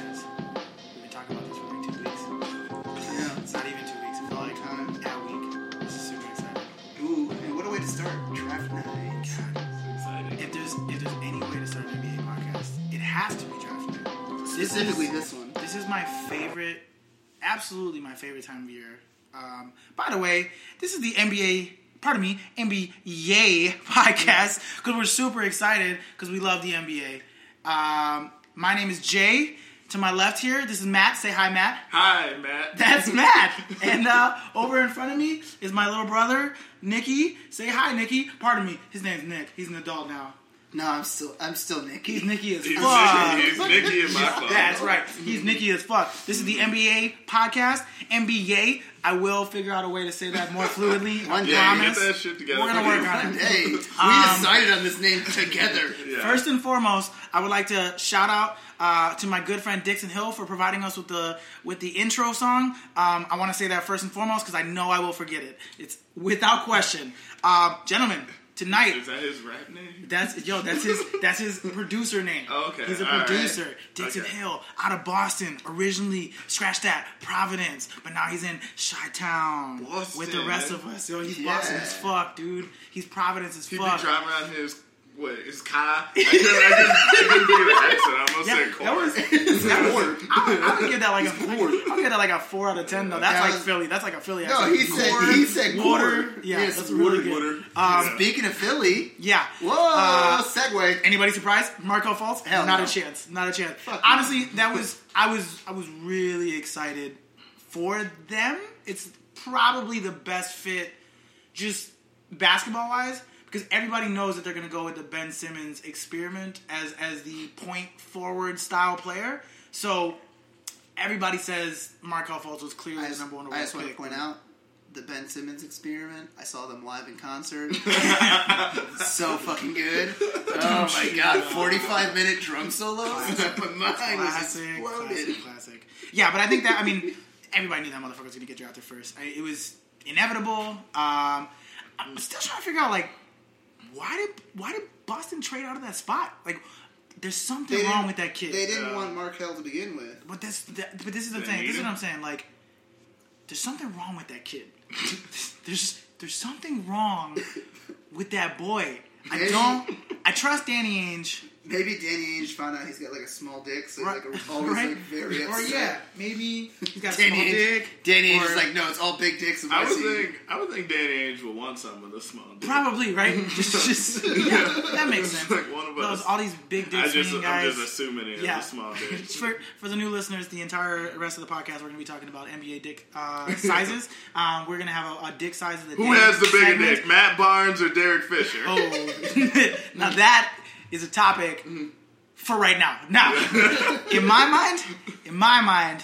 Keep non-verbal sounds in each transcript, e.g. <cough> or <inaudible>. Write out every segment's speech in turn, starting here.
uh, have to be drafted. Specifically is- this one. This is my favorite, absolutely my favorite time of year. Um, by the way, this is the NBA, pardon me, NBA podcast because we're super excited because we love the NBA. Um, my name is Jay. To my left here, this is Matt. Say hi, Matt. Hi, Matt. That's Matt. And uh, over in front of me is my little brother, Nikki. Say hi, Nikki. Pardon me, his name's Nick. He's an adult now. No, I'm still I'm still He's Nicky. Nikki as He's fuck. Nicky, he's Nicky in my club. That's right. He's Nikki as fuck. This is the NBA podcast. NBA. I will figure out a way to say that more fluidly. I One day. Yeah, you get promise. that shit together. We're gonna work on it. Hey, we decided on this name together. Yeah. First and foremost, I would like to shout out uh, to my good friend Dixon Hill for providing us with the with the intro song. Um, I want to say that first and foremost because I know I will forget it. It's without question, Um gentlemen. Tonight, Is that his rap name? That's yo. That's his. That's <laughs> his producer name. Oh, okay. He's a All right. producer. Dixon Okay. Hill, out of Boston, originally. Scratch that, Providence, but now he's in Chi Town with the Boston, rest man. of us. Yo, he's Yeah. Boston as fuck, dude. He's Providence as He be fuck. driving around his what? <laughs> His car. I couldn't, I couldn't, I couldn't do the accent. I almost Yeah, said that car. was. That was I, would, <laughs> I would give that like a. I would give that like a four out of ten though. That's That like was- Philly. That's like a Philly. No, accent. he said Quarter, he said water. quarter. Yeah, Yes, that's really good. water. Um, Speaking of Philly, yeah. whoa, Uh, segue. Anybody surprised? Marco Fultz? Hell not no. a chance. Not a chance. Fuck no. Honestly, that was I was I was really excited for them. It's probably the best fit, just basketball wise, because everybody knows that they're going to go with the Ben Simmons experiment as as the point forward style player. So everybody says Marco Fultz was clearly I the just, number one I overall just want to pick. point out the Ben Simmons experiment. I saw them live in concert. so fucking good. Oh my god, 45 minute drum solo. my mind was Classic, exploded. classic, classic. Yeah, but I think that I mean everybody knew that motherfucker was gonna get drafted first. I, it was inevitable. Um, I'm still trying to figure out like why did why did Boston trade out of that spot? Like, there's something They wrong didn't- with that kid. They didn't Yeah. want Markel to begin with. But this, that, but this is the They thing. need This is what him. I'm saying. Like, there's something wrong with that kid. <laughs> there's there's something wrong with that boy. I Danny- don't. I trust Danny Ainge. Maybe Danny Ainge found out he's got like a small dick, so Right. he's <laughs> like always right? like very or upset. yeah, maybe he's got a small Danny Ainge, dick. Danny Ainge or- is like, no, it's all big dicks. and I my would seed." think I would think Danny Ainge would want someone this small. dude. Probably right. <laughs> just, just <laughs> yeah, that makes sense. Like one of Those us. all these big dick I just, swinging I'm guys. just assuming it is Yeah. <laughs> a small dude. Just for, for the new listeners, the entire rest of the podcast, we're going to be talking about NBA dick uh, <laughs> sizes. Um, we're going to have a, a dick size of the Who day has the bigger segment. dick, Matt Barnes or Derek Fisher? Oh, <laughs> now that is a topic for right now. Now, in my mind, in my mind,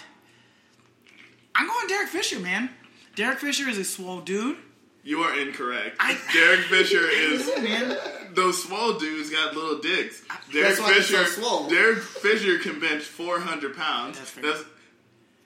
I'm going Derek Fisher, man. Derek Fisher is a swole dude. You are incorrect. I- Derek Fisher is Man, those swole dudes got little dicks. Derek That's why they're so Fisher, swole. Derek Fisher can bench 400 pounds. That's fair. That's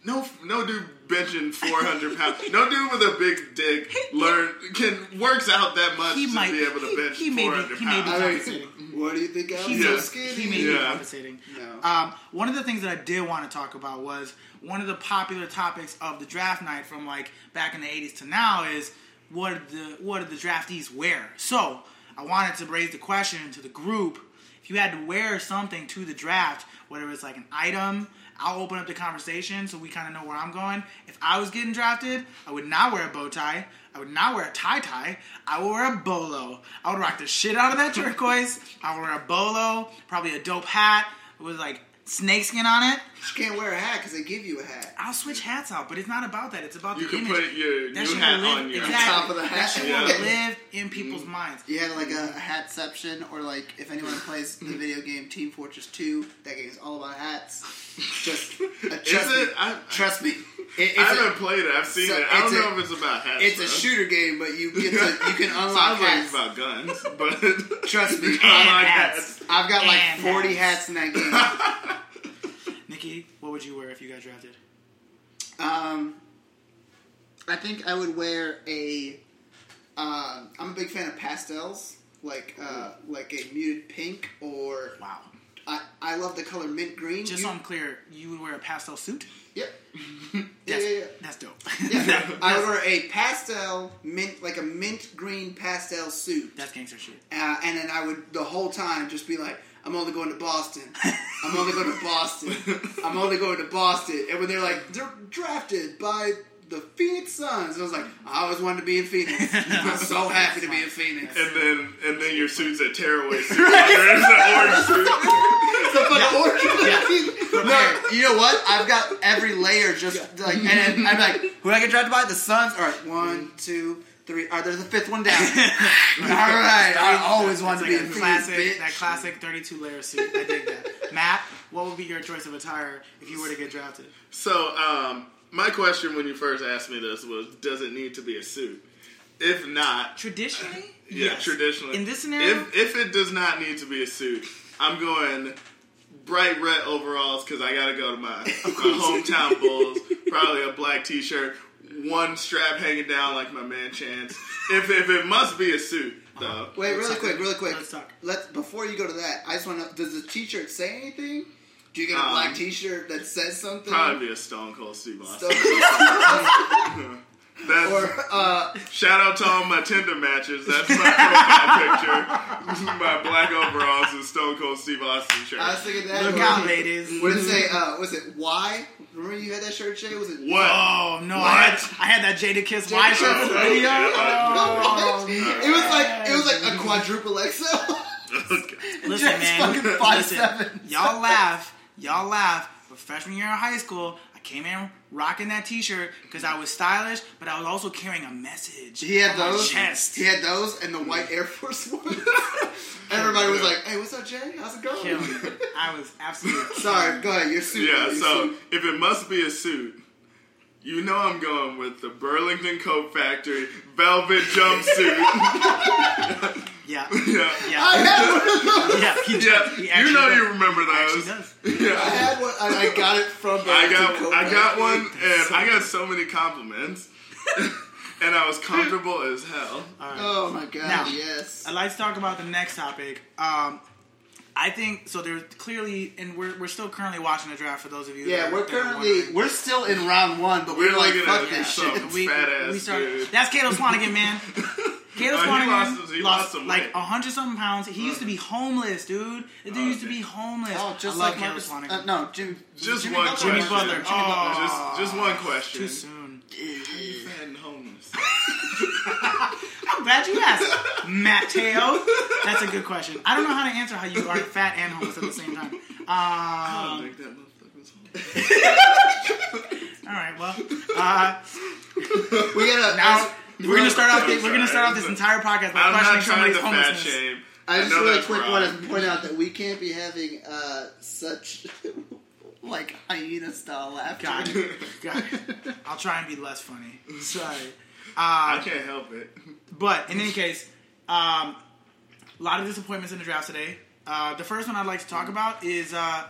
no, no dude benching 400 pounds. No dude with a <laughs> big dick learn can works out that much He to might- be able to he- bench he may be- 400 he may be- pounds. I mean, Compensating. <laughs> what do you think? I'm He so may- skinny. he may be Yeah. compensating. No. Um, one of the things that I did want to talk about was one of the popular topics of the draft night from like back in the '80s to now is what did the what did the draftees wear? So I wanted to raise the question to the group: if you had to wear something to the draft, whether it's like an item. I'll open up the conversation so we kind of know where I'm going. If I was getting drafted, I would not wear a bow tie. I would not wear a tie tie. I would wear a bolo. I would rock the shit out of that <laughs> turquoise. I would wear a bolo, probably a dope hat, with like snakeskin on it. you can't wear a hat because they give you a hat. I'll switch hats out, but it's not about that. It's about the You can image. put your that new shit hat will live, on your exactly. Top of <laughs> the That hat. shit Yeah. will live in people's Mm-hmm. minds. You had like a, a hatception, or like if anyone plays the video game Team Fortress 2, that game is all about hats. Just, uh, trust Is me. it? I, Trust me. It- it's I a- haven't played it. I've seen so it. I don't it's a- know if it's about hats. it's bro. a shooter game, but you get to, you can unlock Sounds like hats. it's about guns, <laughs> but <laughs> Trust me. I like hats. hats. I've got like And 40 hats. hats in that game. Nikki, what would you wear if you got drafted? Um, I think I would wear a. Uh, I'm a big fan of pastels, like uh, like a muted pink, or Wow. I, I love the color mint green. Just You- so I'm clear, you would wear a pastel suit. yeah. yeah, That's, yeah, yeah. that's dope. Yeah, I would wear a pastel mint, like a mint green pastel <laughs> suit, that's gangster shit. uh, and then I would the whole time just be like, "I'm only going to Boston. I'm only going to Boston. I'm only going to Boston. And when they're like, they're drafted by the Phoenix Suns, I was like, I always wanted to be in <laughs> Phoenix. I'm so happy to be in Phoenix. And then and then your suit's a tearaway <laughs> suit. There's an orange suit. the fucking orange. No, you know what? I've got every layer just like, and then I'm like, who do I get drafted by? The Suns. All right, one, two, three. All right, there's the fifth one <laughs> down. <laughs> All right, I always wanted to be It's in like a classic, Phoenix, bitch. that classic 32 layer suit. I dig <laughs> that. Matt, what would be your choice of attire if you were to get drafted? So, um, my question when you first asked me this was, does it need to be a suit? If not, Traditionally, yeah, yes. traditionally. In this scenario, if, if it does not need to be a suit, I'm going bright red overalls because I gotta go <laughs> to my, my hometown Bulls. Probably a black T-shirt, one strap hanging down like my man Chance. If if it must be a suit though, Uh-huh. Wait, really quick, really quick. Let's talk. Let's before you go to that, I just want to. Does the T-shirt say anything? Do you get a Um, black T-shirt that says something? probably be a Stone Cold Steve Austin. Stuff- That's, or uh, Shout out to all my Tinder matches. That's my <laughs> profile picture. <laughs> my black overalls and Stone Cold Steve Austin shirt. I was thinking that. look or- out, ladies. What did it say? Uh, was it Y? Remember you had that shirt, Jay? Was it What? Oh no! I had, What? I had that Jada Kiss Y Kiss shirt video? video. Oh, Oh, <laughs> It was like it was like a quadruple XL. Listen, Jack's man. fucking five listen, seven. y'all laugh, y'all laugh. But freshman year in high school, I came in rocking that T-shirt because I was stylish, but I was also carrying a message. <laughs> He had on my those. chest. He had those and the white Air Force ones. <laughs> Everybody was like, "Hey, what's up, Jay? How's it going?" Killed me. I was absolutely <laughs> Sorry, go ahead. Your suit. yeah, your so suit. if it must be a suit, you know I'm going with the Burlington Coat Factory velvet jumpsuit. <laughs> yeah, yeah. I yeah, had one of those. yeah. He, did. Yeah, He you actually know does. you remember Actually those. does. I had one. I, I got it from. I Burlington got I got Coat one, and I got so many compliments, <laughs> and I was comfortable as hell. All right. Oh my god! Now, yes. I'd like to talk about the next topic. Um, I think so. There's clearly, and we're, we're still currently watching the draft. For those of you, Yeah, that- we're that are currently wondering. we're still in round one, but we're, We're like, looking fuck at this some shit. we, fat ass we started. dude. That's Kato Swanigan, <laughs> man. Kato Uh, he Swanigan lost- he lost some like weight. a hundred something pounds. He used to be homeless, dude. The dude Oh, used to okay. be homeless. Oh, just I like love Kato Marcus- Swanigan. uh, no, Jim, Just Jimmy one Butler. question. Butler. Oh. Just, just one question. Too soon. Fat and homeless. I'm glad you asked, Matteo. That's a good question. I don't know how to answer how you are fat and homeless at the same time. Um, I don't think that motherfucker's homeless. All right, well, uh, We gotta now we're gonna start off. I'm We're gonna start sorry. off this entire podcast by I'm not questioning trying somebody's to fat homelessness. shame. I just know really that's quick wrong. want to point out that we can't be having uh, such <laughs> like hyena style laughter. Got it. Got it. I'll try and be less <laughs> funny. Sorry. I can't help it. But in any case, um, a lot of disappointments in the draft today. Uh, the first one I'd like to talk about is uh,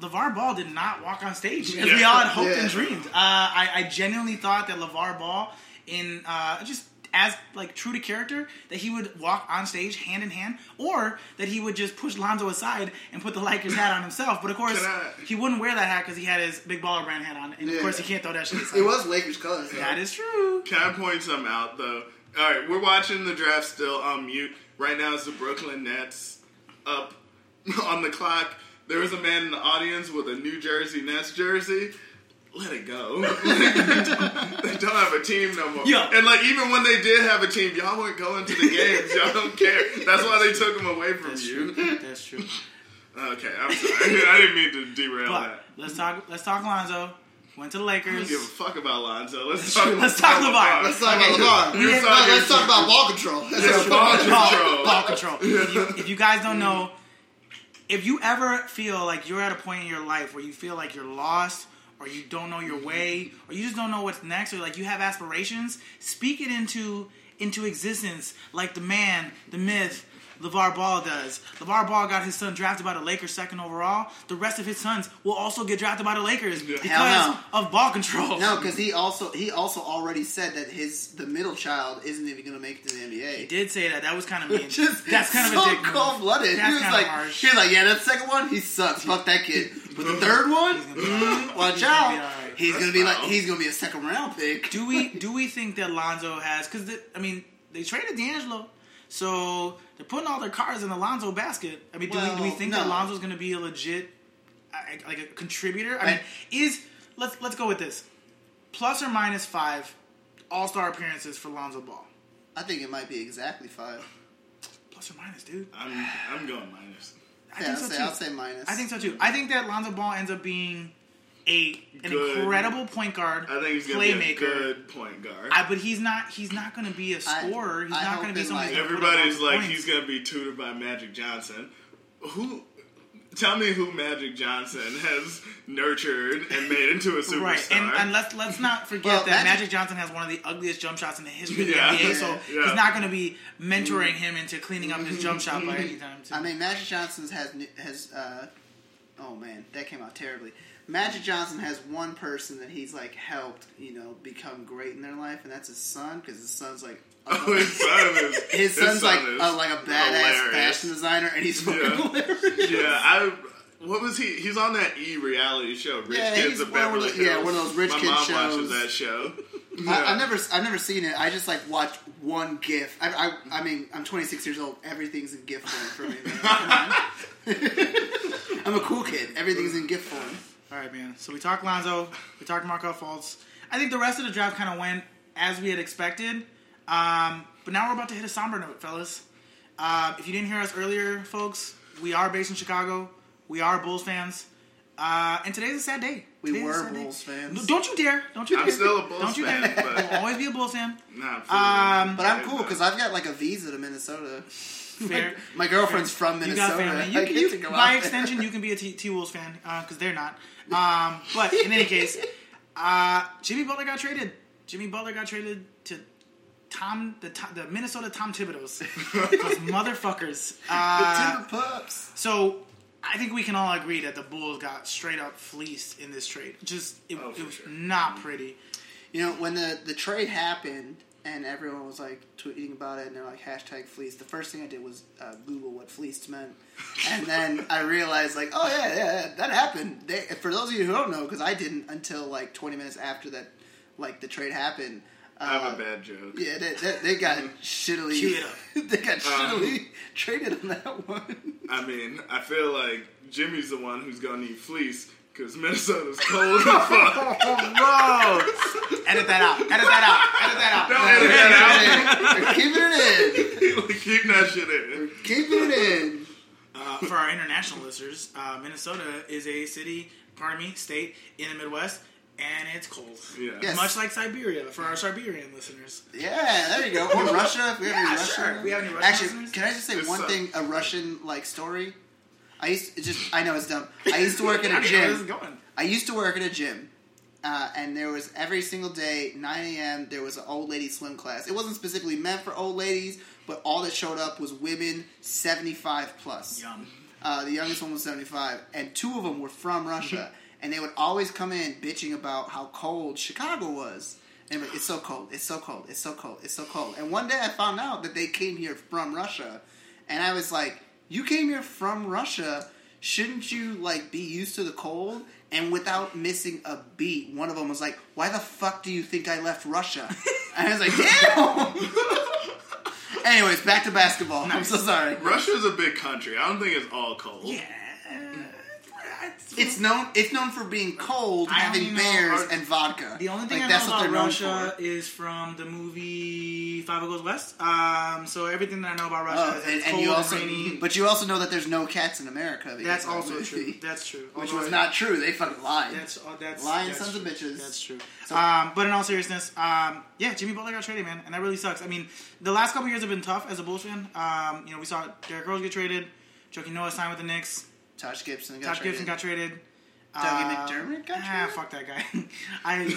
LeVar Ball did not walk on stage as we Yeah. all had hoped Yeah. and dreamed. Uh, I, I genuinely thought that LeVar Ball, in uh, just as like true to character, that he would walk on stage hand in hand, or that he would just push Lonzo aside and put the Lakers hat on himself. But of course, Can I- he wouldn't wear that hat because he had his big baller brand hat on, and Yeah. of course, he can't throw that shit. Aside. It was Lakers colors. Though. That is true. Can I point something out though? All right, we're watching the draft still on mute right now. It's the Brooklyn Nets up <laughs> on the clock. There was a man in the audience with a New Jersey Nets jersey. Let it go. <laughs> they, don't, they don't have a team no more. Yeah. And like even when they did have a team, y'all weren't going to the games. Y'all don't care. That's why they took them away from That's you. true. That's true. Okay, I'm sorry. <laughs> I didn't mean to derail But that. let's talk. Let's talk. Lonzo went to the I Lakers. don't give a fuck about Lonzo. Let's true. talk. Let's talk LeVar. Let's talk about Okay. LeBron. You're No, talking- let's talk about ball control. That's Yes, what- Ball ball control. Ball control. If you, if you guys <laughs> don't know, if you ever feel like you're at a point in your life where you feel like you're lost. Or you don't know your way, or you just don't know what's next, or like you have aspirations. Speak it into into existence, like the man, the myth, LeVar Ball does. LeVar Ball got his son drafted by the Lakers second overall. The rest of his sons will also get drafted by the Lakers because no. of ball control. No, because he also he also already said that his the middle child isn't even going to make it to the NBA. He did say that. That was kind of mean. <laughs> Just That's kind so of a dick move. cold blooded. He That's was kinda like, harsh. he was like, yeah, that second one, he sucks. Fuck that kid. But the third one, He's gonna be all right. mm, <laughs> watch He's gonna be all right. out. He's gonna be like, That's foul. he's gonna be a second round pick. <laughs> Do we do we think that Lonzo has? Because I mean, they traded D'Angelo, so they're putting all their cards in the Lonzo basket. I mean, do we do we Well, think no. that Lonzo's going to be a legit a- like a contributor? I mean, Right. is let's let's go with this plus or minus five All Star appearances for Lonzo Ball. I think it might be exactly five. Plus or minus, dude. I'm I'm going minus. I Yeah, think I'll, so say, too. I'll say minus. I think so too. I think that Lonzo Ball ends up being a an Good. incredible point guard, I think he's gonna be a playmaker. good point guard. I, but he's not. He's not going to be a I- scorer. he's I not hope going to be in, somebody. like- who's gonna put Everybody's up all the like points. he's gonna be tutored by Magic Johnson. Who? Tell me who Magic Johnson has nurtured and made into a superstar. Right, and, and let's let's <laughs> not forget Well, that Magic- Magic Johnson has one of the ugliest jump shots in the history of the Yeah. NBA. So <laughs> Yeah. he's not going to be mentoring him into cleaning up his jump shot by any time soon. Mm-hmm. I mean, Magic Johnson has n- has. Uh, oh man, that came out terribly. Magic Johnson has one person that he's like helped, you know, become great in their life, and that's his son, because his son's like. oh, <laughs> his son is His son's son like is a, like a badass hilarious. fashion designer, and he's fucking Yeah. hilarious. Yeah, I. What was he? He's on that E reality show, Rich Yeah, Kids he's of one of Beverly the- Hills. yeah, one of those rich My kid mom watches shows. <laughs> that show. I, Yeah. I've never I've never seen it. I just like watch one GIF. I, I, I mean, I'm 26 years old. Everything's in GIF form for me. man. Come on. I'm a cool kid. Everything's in GIF form. All right, man. So we talked Lonzo, we talked Markel Fultz. I think the rest of the draft kind of went as we had expected. Um, but now we're about to hit a somber note, fellas. Uh, if you didn't hear us earlier, folks, we are based in Chicago. We are Bulls fans. Uh, and today's a sad day. We Today's a were sad day. Bulls fans. No, don't you dare! Don't you dare! I'm still a Bulls Don't you fan, dare! but We'll always be a Bulls fan. nah, Um, But I'm cool because I've got like a visa to Minnesota. <laughs> Fair. My girlfriend's You from Minnesota. got family. I You, get you- to go out by there. extension, you can be a T, T Wolves fan because they're <laughs> not. Um, but in any case, uh, Jimmy Butler got traded. Jimmy Butler got traded to Tom the, Tom- the Minnesota Tom <laughs> Thibodeau's. Those motherfuckers. Uh, Timber pups. so I think we can all agree that the Bulls got straight up fleeced in this trade. Just it, Oh, for it was sure. not pretty. You know when the the trade happened and everyone was like tweeting about it and they're like hashtag fleece. The first thing I did was uh, Google what fleece meant, and then I realized like oh yeah yeah that happened. They, for those of you who don't know, because I didn't until like 20 minutes after that, like the trade happened. Uh, I have a bad joke. Yeah, they, they, they got shittily. Cue it up. <laughs> Uh-huh. they got shittily traded on that one. I mean, I feel like Jimmy's the one who's gonna need fleece because Minnesota's cold as fuck. <laughs> Whoa! Edit that out. Edit that out. Edit that out. Don't edit that <laughs> We're keeping it in. out. <laughs> Keep that shit in. Keeping it in. Uh, for our international listeners, uh, Minnesota is a city, pardon me, state in the Midwest, and it's cold. Yeah. Yes. Much like Siberia for our Siberian listeners. Yeah, there you go. Or Russia. If we have Yeah, any Russia. sure. We have any Russian Actually, listeners? can I just say It's one so- thing? A Russian like story. I used to just. I know it's dumb. I used to work I at a don't know where <laughs> this is gym. going. I used to work at a gym. Uh, and there was every single day, 9 a.m., there was an old lady swim class. It wasn't specifically meant for old ladies, but all that showed up was women 75 plus. Yum. Uh, the youngest one was 75, and two of them were from Russia. and they would always come in bitching about how cold Chicago was. And they'd be like, it's so cold, it's so cold, it's so cold, it's so cold. And one day I found out that they came here from Russia. And I was like, you came here from Russia. Shouldn't you, like, be used to the cold? And without missing a beat, one of them was like, why the fuck do you think I left Russia? and I was like, damn! <laughs> Anyways, back to basketball. I'm so sorry. Russia's a big country. I don't think it's all cold. Yeah. It's known. It's known for being cold, I having only know- bears and vodka. the only thing Like, I know about Russia is from the movie Five Goes West. Um, so everything that I know about Russia Oh, is that and, it's and cold you also, and rainy. but you also know that there's no cats in America. because that's of that <laughs> also movie. true. That's true. which Although was it- not true. They fucking lied. That's oh, that's Lying that's sons of true. bitches. That's true. So- um, but in all seriousness, um, yeah, Jimmy Butler got traded, man, and that really sucks. I mean, the last couple years have been tough as a Bulls fan. Um, you know, we saw Derrick Rose get traded, Joakim Noah signed with the Knicks, Tosh Gibson got Todd traded. Gibson got traded, Dougie Uh, McDermott got ah, traded? fuck that guy. <laughs> I <laughs> no,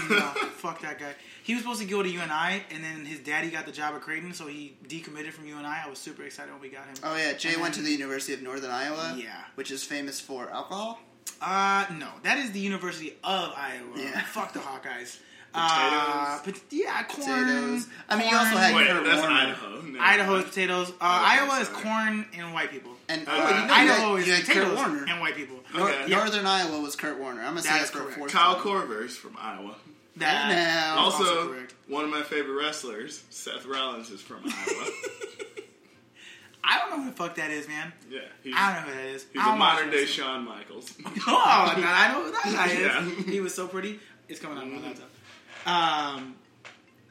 fuck that guy. He was supposed to go to UNI, and then his daddy got the job at Creighton, so he decommitted from UNI. I was super excited when we got him. oh yeah, Jay And went to then- the University of Northern Iowa. Yeah. which is famous for alcohol. Uh, no, that is the University of Iowa. Yeah. <laughs> Fuck the Hawkeyes. <laughs> Uh, pot- yeah, corn. Potatoes. I mean, you also corn. had- Wait, Kurt that's Warner. Idaho. No. Idaho is potatoes. Uh, Iowa is sorry. corn and white people. And Uh, oh, you know, Idaho you had, is you had potatoes Kurt Warner. and white people. Nor- Okay. Northern Iowa was Kurt Warner. I'm gonna say That that's is correct. Kurt Kyle Corver's from Iowa. That- Now. that's Also, correct. <laughs> one of my favorite wrestlers, Seth Rollins, is from Iowa. I don't know who the fuck that is, man. Yeah, he's, I don't know who that is. he's I a don't watch modern day wrestling. <laughs> Shawn Michaels. Oh, man, I know who that guy is. Yeah. He was so pretty. It's coming out of my laptop. Um,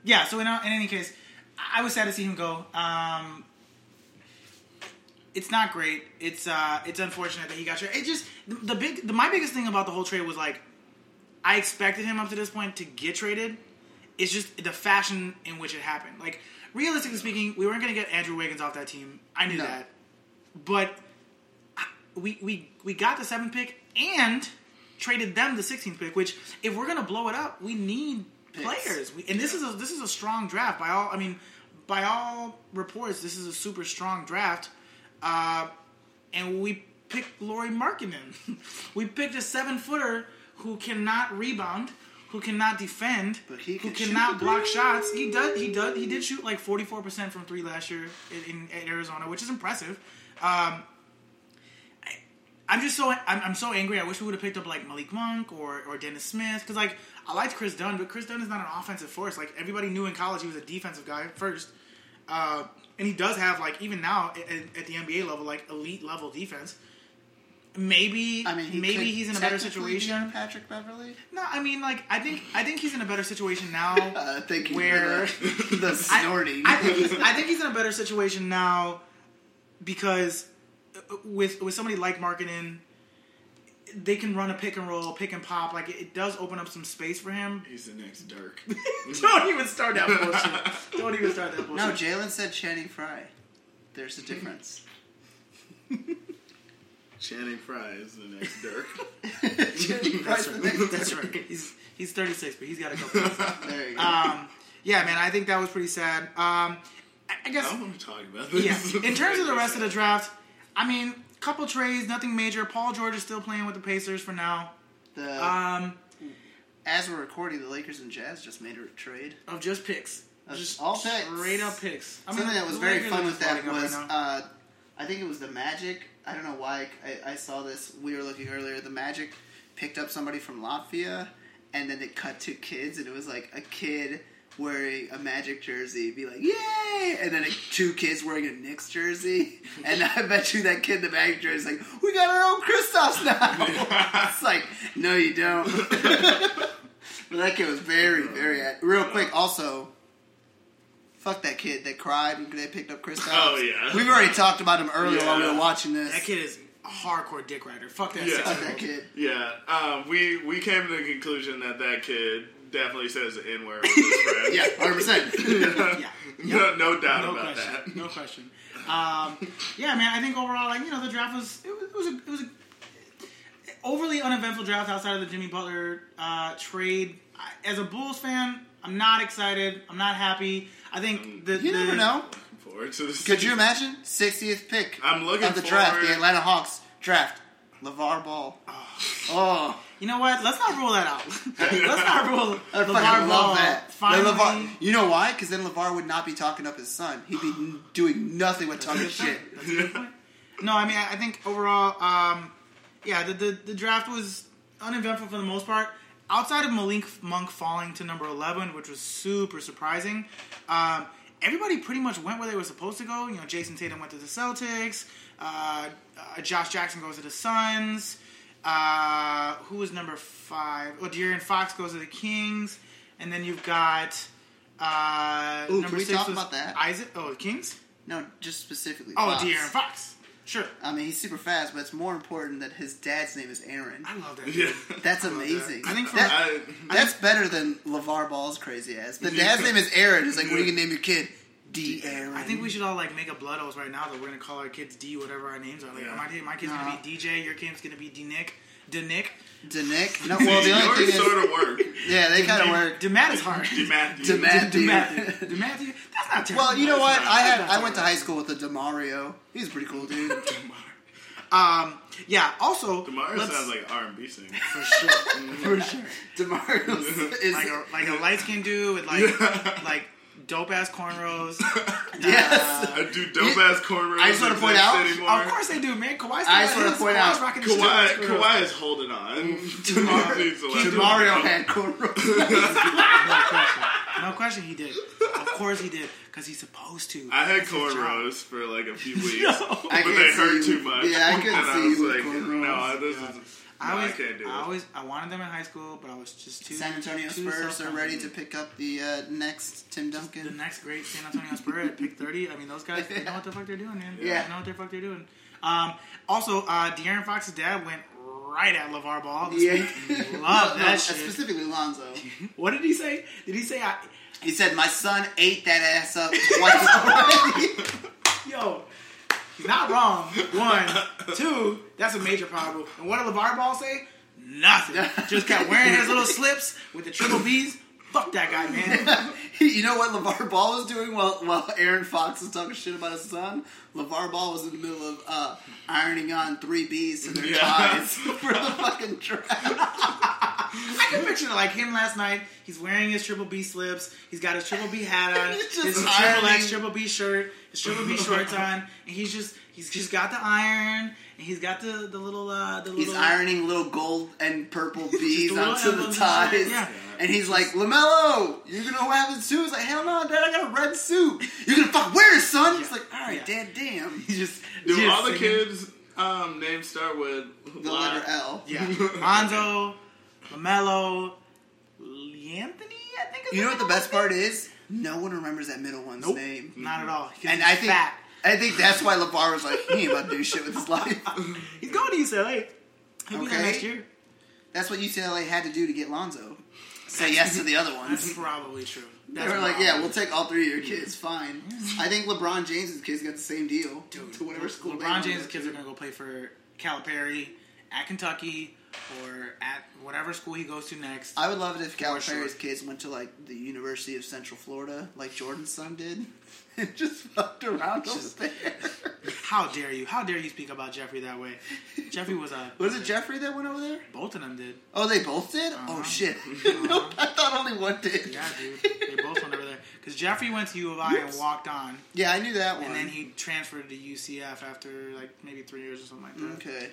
yeah. So in, uh, in any case, I I was sad to see him go. Um, it's not great. It's uh, it's unfortunate that he got traded. It just the, the big the, my biggest thing about the whole trade was like, I expected him up to this point to get traded. It's just the fashion in which it happened. Like realistically speaking, we weren't going to get Andrew Wiggins off that team. I knew No. that, but we, we we got the seventh pick and traded them the 16th pick. Which, if we're gonna blow it up, we need Picks. players. We, and this is a, this is a strong draft by all. I mean, by all reports, this is a super strong draft. Uh, and we picked Lori Markkinen. <laughs> we picked a seven footer who cannot rebound, who cannot defend, But he who can shoot cannot the block ball. shots. He does. He does. He did shoot like 44 percent from three last year in, in, in Arizona, which is impressive. Um, I'm just so I'm, I'm so angry. I wish we would have picked up like Malik Monk or or Dennis Smith because like I liked Chris Dunn, but Chris Dunn is not an offensive force. Like everybody knew in college, he was a defensive guy first, uh, and he does have like even now at, at the NBA level, like elite level defense. Maybe I mean, he could maybe he's in a better technically be situation. on Patrick Beverly. No, I mean like I think I think he's in a better situation <laughs> now. Uh, thank you. Where- for the, the <laughs> I- snorting. I, think he's, I think he's in a better situation now because uh, with with somebody like Markkinen, they can run a pick and roll, pick and pop. Like it, it does open up some space for him. <laughs> He's the next Dirk. Don't even start <laughs> that bullshit. Don't even start that bullshit. Mm-hmm. no, Jalen said Channing Frye. <laughs> There's a difference. Channing Frye is <laughs> the next Dirk. Channing Frye's that's the right. <laughs> next- That's right. He's he's 36, but he's got a couple. Of There you go. Uh, um, yeah, man, I think that was pretty sad. Um, I, I guess. I don't want to talk about Yeah. this. In terms of the rest of <laughs> the draft, I mean, couple trades, nothing major. Paul George is still playing with the Pacers for now. the, Um, as we're recording, the Lakers and Jazz just made a trade. of just picks. Of just all picks. Straight up picks. I Something that was the very Lakers fun are just with that lighting up was, right now. uh, I think it was the Magic. I don't know why I, I saw this. We were looking earlier. The Magic picked up somebody from Latvia, and then it cut to kids, and it was like a kid wearing a Magic jersey, be like, "Yay!" And then it, two kids wearing a Knicks jersey, and I bet you that kid in the Magic jersey is like, "We got our own <laughs> Kristaps <laughs> now." it's like, no, you don't. <laughs> but that kid was very, very real quick. Also. Fuck that kid that cried when they picked up Kristaps. Oh, yeah. We've already talked about him earlier while we Yeah. were watching this. that kid is a hardcore dick rider. Fuck that. Yeah. six-year-old. <laughs> Fuck that kid. <laughs> Yeah, um, we we came to the conclusion that that kid definitely says the N word with his <laughs> friends. Yeah, hundred percent. Yeah. <laughs> No, no doubt No about question. No question. Um, yeah, man. I think overall, like you know, the draft was it was it was a, it was a overly uneventful draft outside of the Jimmy Butler uh, trade. I, as a Bulls fan, I'm not excited. I'm not happy. I think the <laughs> You the- never know. that. <laughs> Looking forward to this. Could you imagine? 60th pick I'm looking of the draft, forward- the Atlanta Hawks draft. LeVar Ball. Oh, You know what? Let's not rule that out. <laughs> Let's not rule I fucking LeVar Ball love that. Then Finally, LeVar, you know why? Because then LeVar would not be talking up his son. He'd be n- doing nothing but talking shit. That's a good point. No, I mean, I I think overall, um, yeah, the, the the draft was uneventful for the most part. Outside of Malik Monk falling to number 11, which was super surprising, um, everybody pretty much went where they were supposed to go. You know, Jason Tatum went to the Celtics, uh, uh, Josh Jackson goes to the Suns, uh, who was number five? Oh, De'Aaron Fox goes to the Kings, and then you've got. Uh, Ooh, can number we six talk was about that? Isaac. Oh, the Kings? No, just specifically. Oh, Fox. De'Aaron Fox. Sure. I mean, he's super fast, but it's more important that his dad's name is Aaron. I love that. dude. Yeah. That's amazing. I think for- That- I, That's better than LeVar Ball's crazy ass. The dad's name is Aaron. It's like, what are you gonna name your kid? D. Aaron. I Mm-hmm. think we should all like make a blood oath right now that we're gonna call our kids D whatever our names are. Like Yeah. my, kid- my kid's Nah. gonna be DJ, your kid's gonna be D Nick, D Nick. Denick. No, well, <laughs> the only yours thing sort is, of work. <laughs> yeah, they kind of work. Demat is <laughs> hard. Matthew. Demand, Demat, dude. Demat, dude, that's not terrible. Well, you know what? not- I had I went to high school with a Demario. He's a pretty cool, dude. Um, yeah. Also, Tomorrow let's- sounds like R and B <laughs> singer. for sure, for sure, Demario is like a like a light skinned dude with like <laughs> like dope ass cornrows. <laughs> yes. I do dope ass cornrows. I just wanna exist point out, anymore. of course they do, man. Kawhi's I just wanna point out, Kawhi, Kawhi is Mm. <laughs> holding on. Tomorrow needs to let Demario had cornrows. Kawhi. No question, he did. Of course, he did because he's supposed to. I had That's his job. cornrows for like a few weeks, No. but I they can't see hurt you too with- much. yeah, I couldn't <laughs> and see I you was with like, cornrows. no, this Yeah. is. I no, always, I can't I do it. always, I wanted them in high school, but I was just too. San Antonio too Spurs are ready to self-confident. pick up the uh, next Tim <laughs> The Duncan. next great San Antonio Spurs at pick thirty. I mean, those guys they know what the fuck they're doing, man. Yeah. they know what the fuck they're doing. Um, also, uh, De'Aaron Fox's dad went right at LeVar Ball. This week. <laughs> Love No, no, that shit. <laughs> Specifically Lonzo. What did he say? Did he say, I, He said, "My son ate that ass up twice <laughs> already." <laughs> "Yo, he's not wrong." One, two. That's a major problem. And what did Levar Ball say? <laughs> Nothing. Just kept wearing his little slips with the triple Bs. Fuck that guy, man. you know what LeVar Ball was doing while, while Aaron Fox was talking shit about his son? LeVar Ball was in the middle of uh, ironing on three Bs to their <laughs> Yeah. ties <laughs> for the fucking draft. I can picture like him last night. He's wearing his triple B slips. He's got his triple B hat on. <laughs> He's His just triple ironing. X triple B shirt. His triple B shorts on. And he's just he's just got the iron. And he's got the the little uh, the He's little ironing <laughs> little gold and purple Bs little onto the emblems and ties. shit, yeah. And he's like, LaMelo, you're gonna have this suit? He's like, hell no, Dad, I got a red suit. You're gonna fuck wear it, son? He's like, alright, Yeah. Dad, damn. He's just Do just all the singing. kids' um, names start with The Y? letter L. Yeah. <laughs> Lonzo, LaMelo, Anthony, I think is You know what the best name? part is? No one remembers that middle one's Nope. name. Not at all. And I think fat. I think that's why LeVar was like, he ain't about to do shit with his life. <laughs> he's going to UCLA. He'll be there Okay. next year. That's what UCLA had to do to get Lonzo. Say yes to the other That's ones. probably true. They That's were like, probably- yeah, we'll take all three of your kids. Fine. I think LeBron James's kids got the same deal to whatever school. they LeBron wanted. James' kids are going to go play for Calipari at Kentucky or at whatever school he goes to next. I would love it if Calipari's sure. kids went to like the University of Central Florida, like Jordan's son did, <laughs> and just fucked around over there. How dare you? How dare you speak about Jeffrey that way? Jeffrey was a. <laughs> Was it Jeffrey that went over there? Both of them did. Oh, they both did. Oh Uh-huh. shit! no, <laughs> I thought only one did. Yeah, dude. They both went over there. Because Jeffrey went to U of I and walked on. Yeah, I knew that one. and then he transferred to UCF after like maybe three years or something like that. Okay.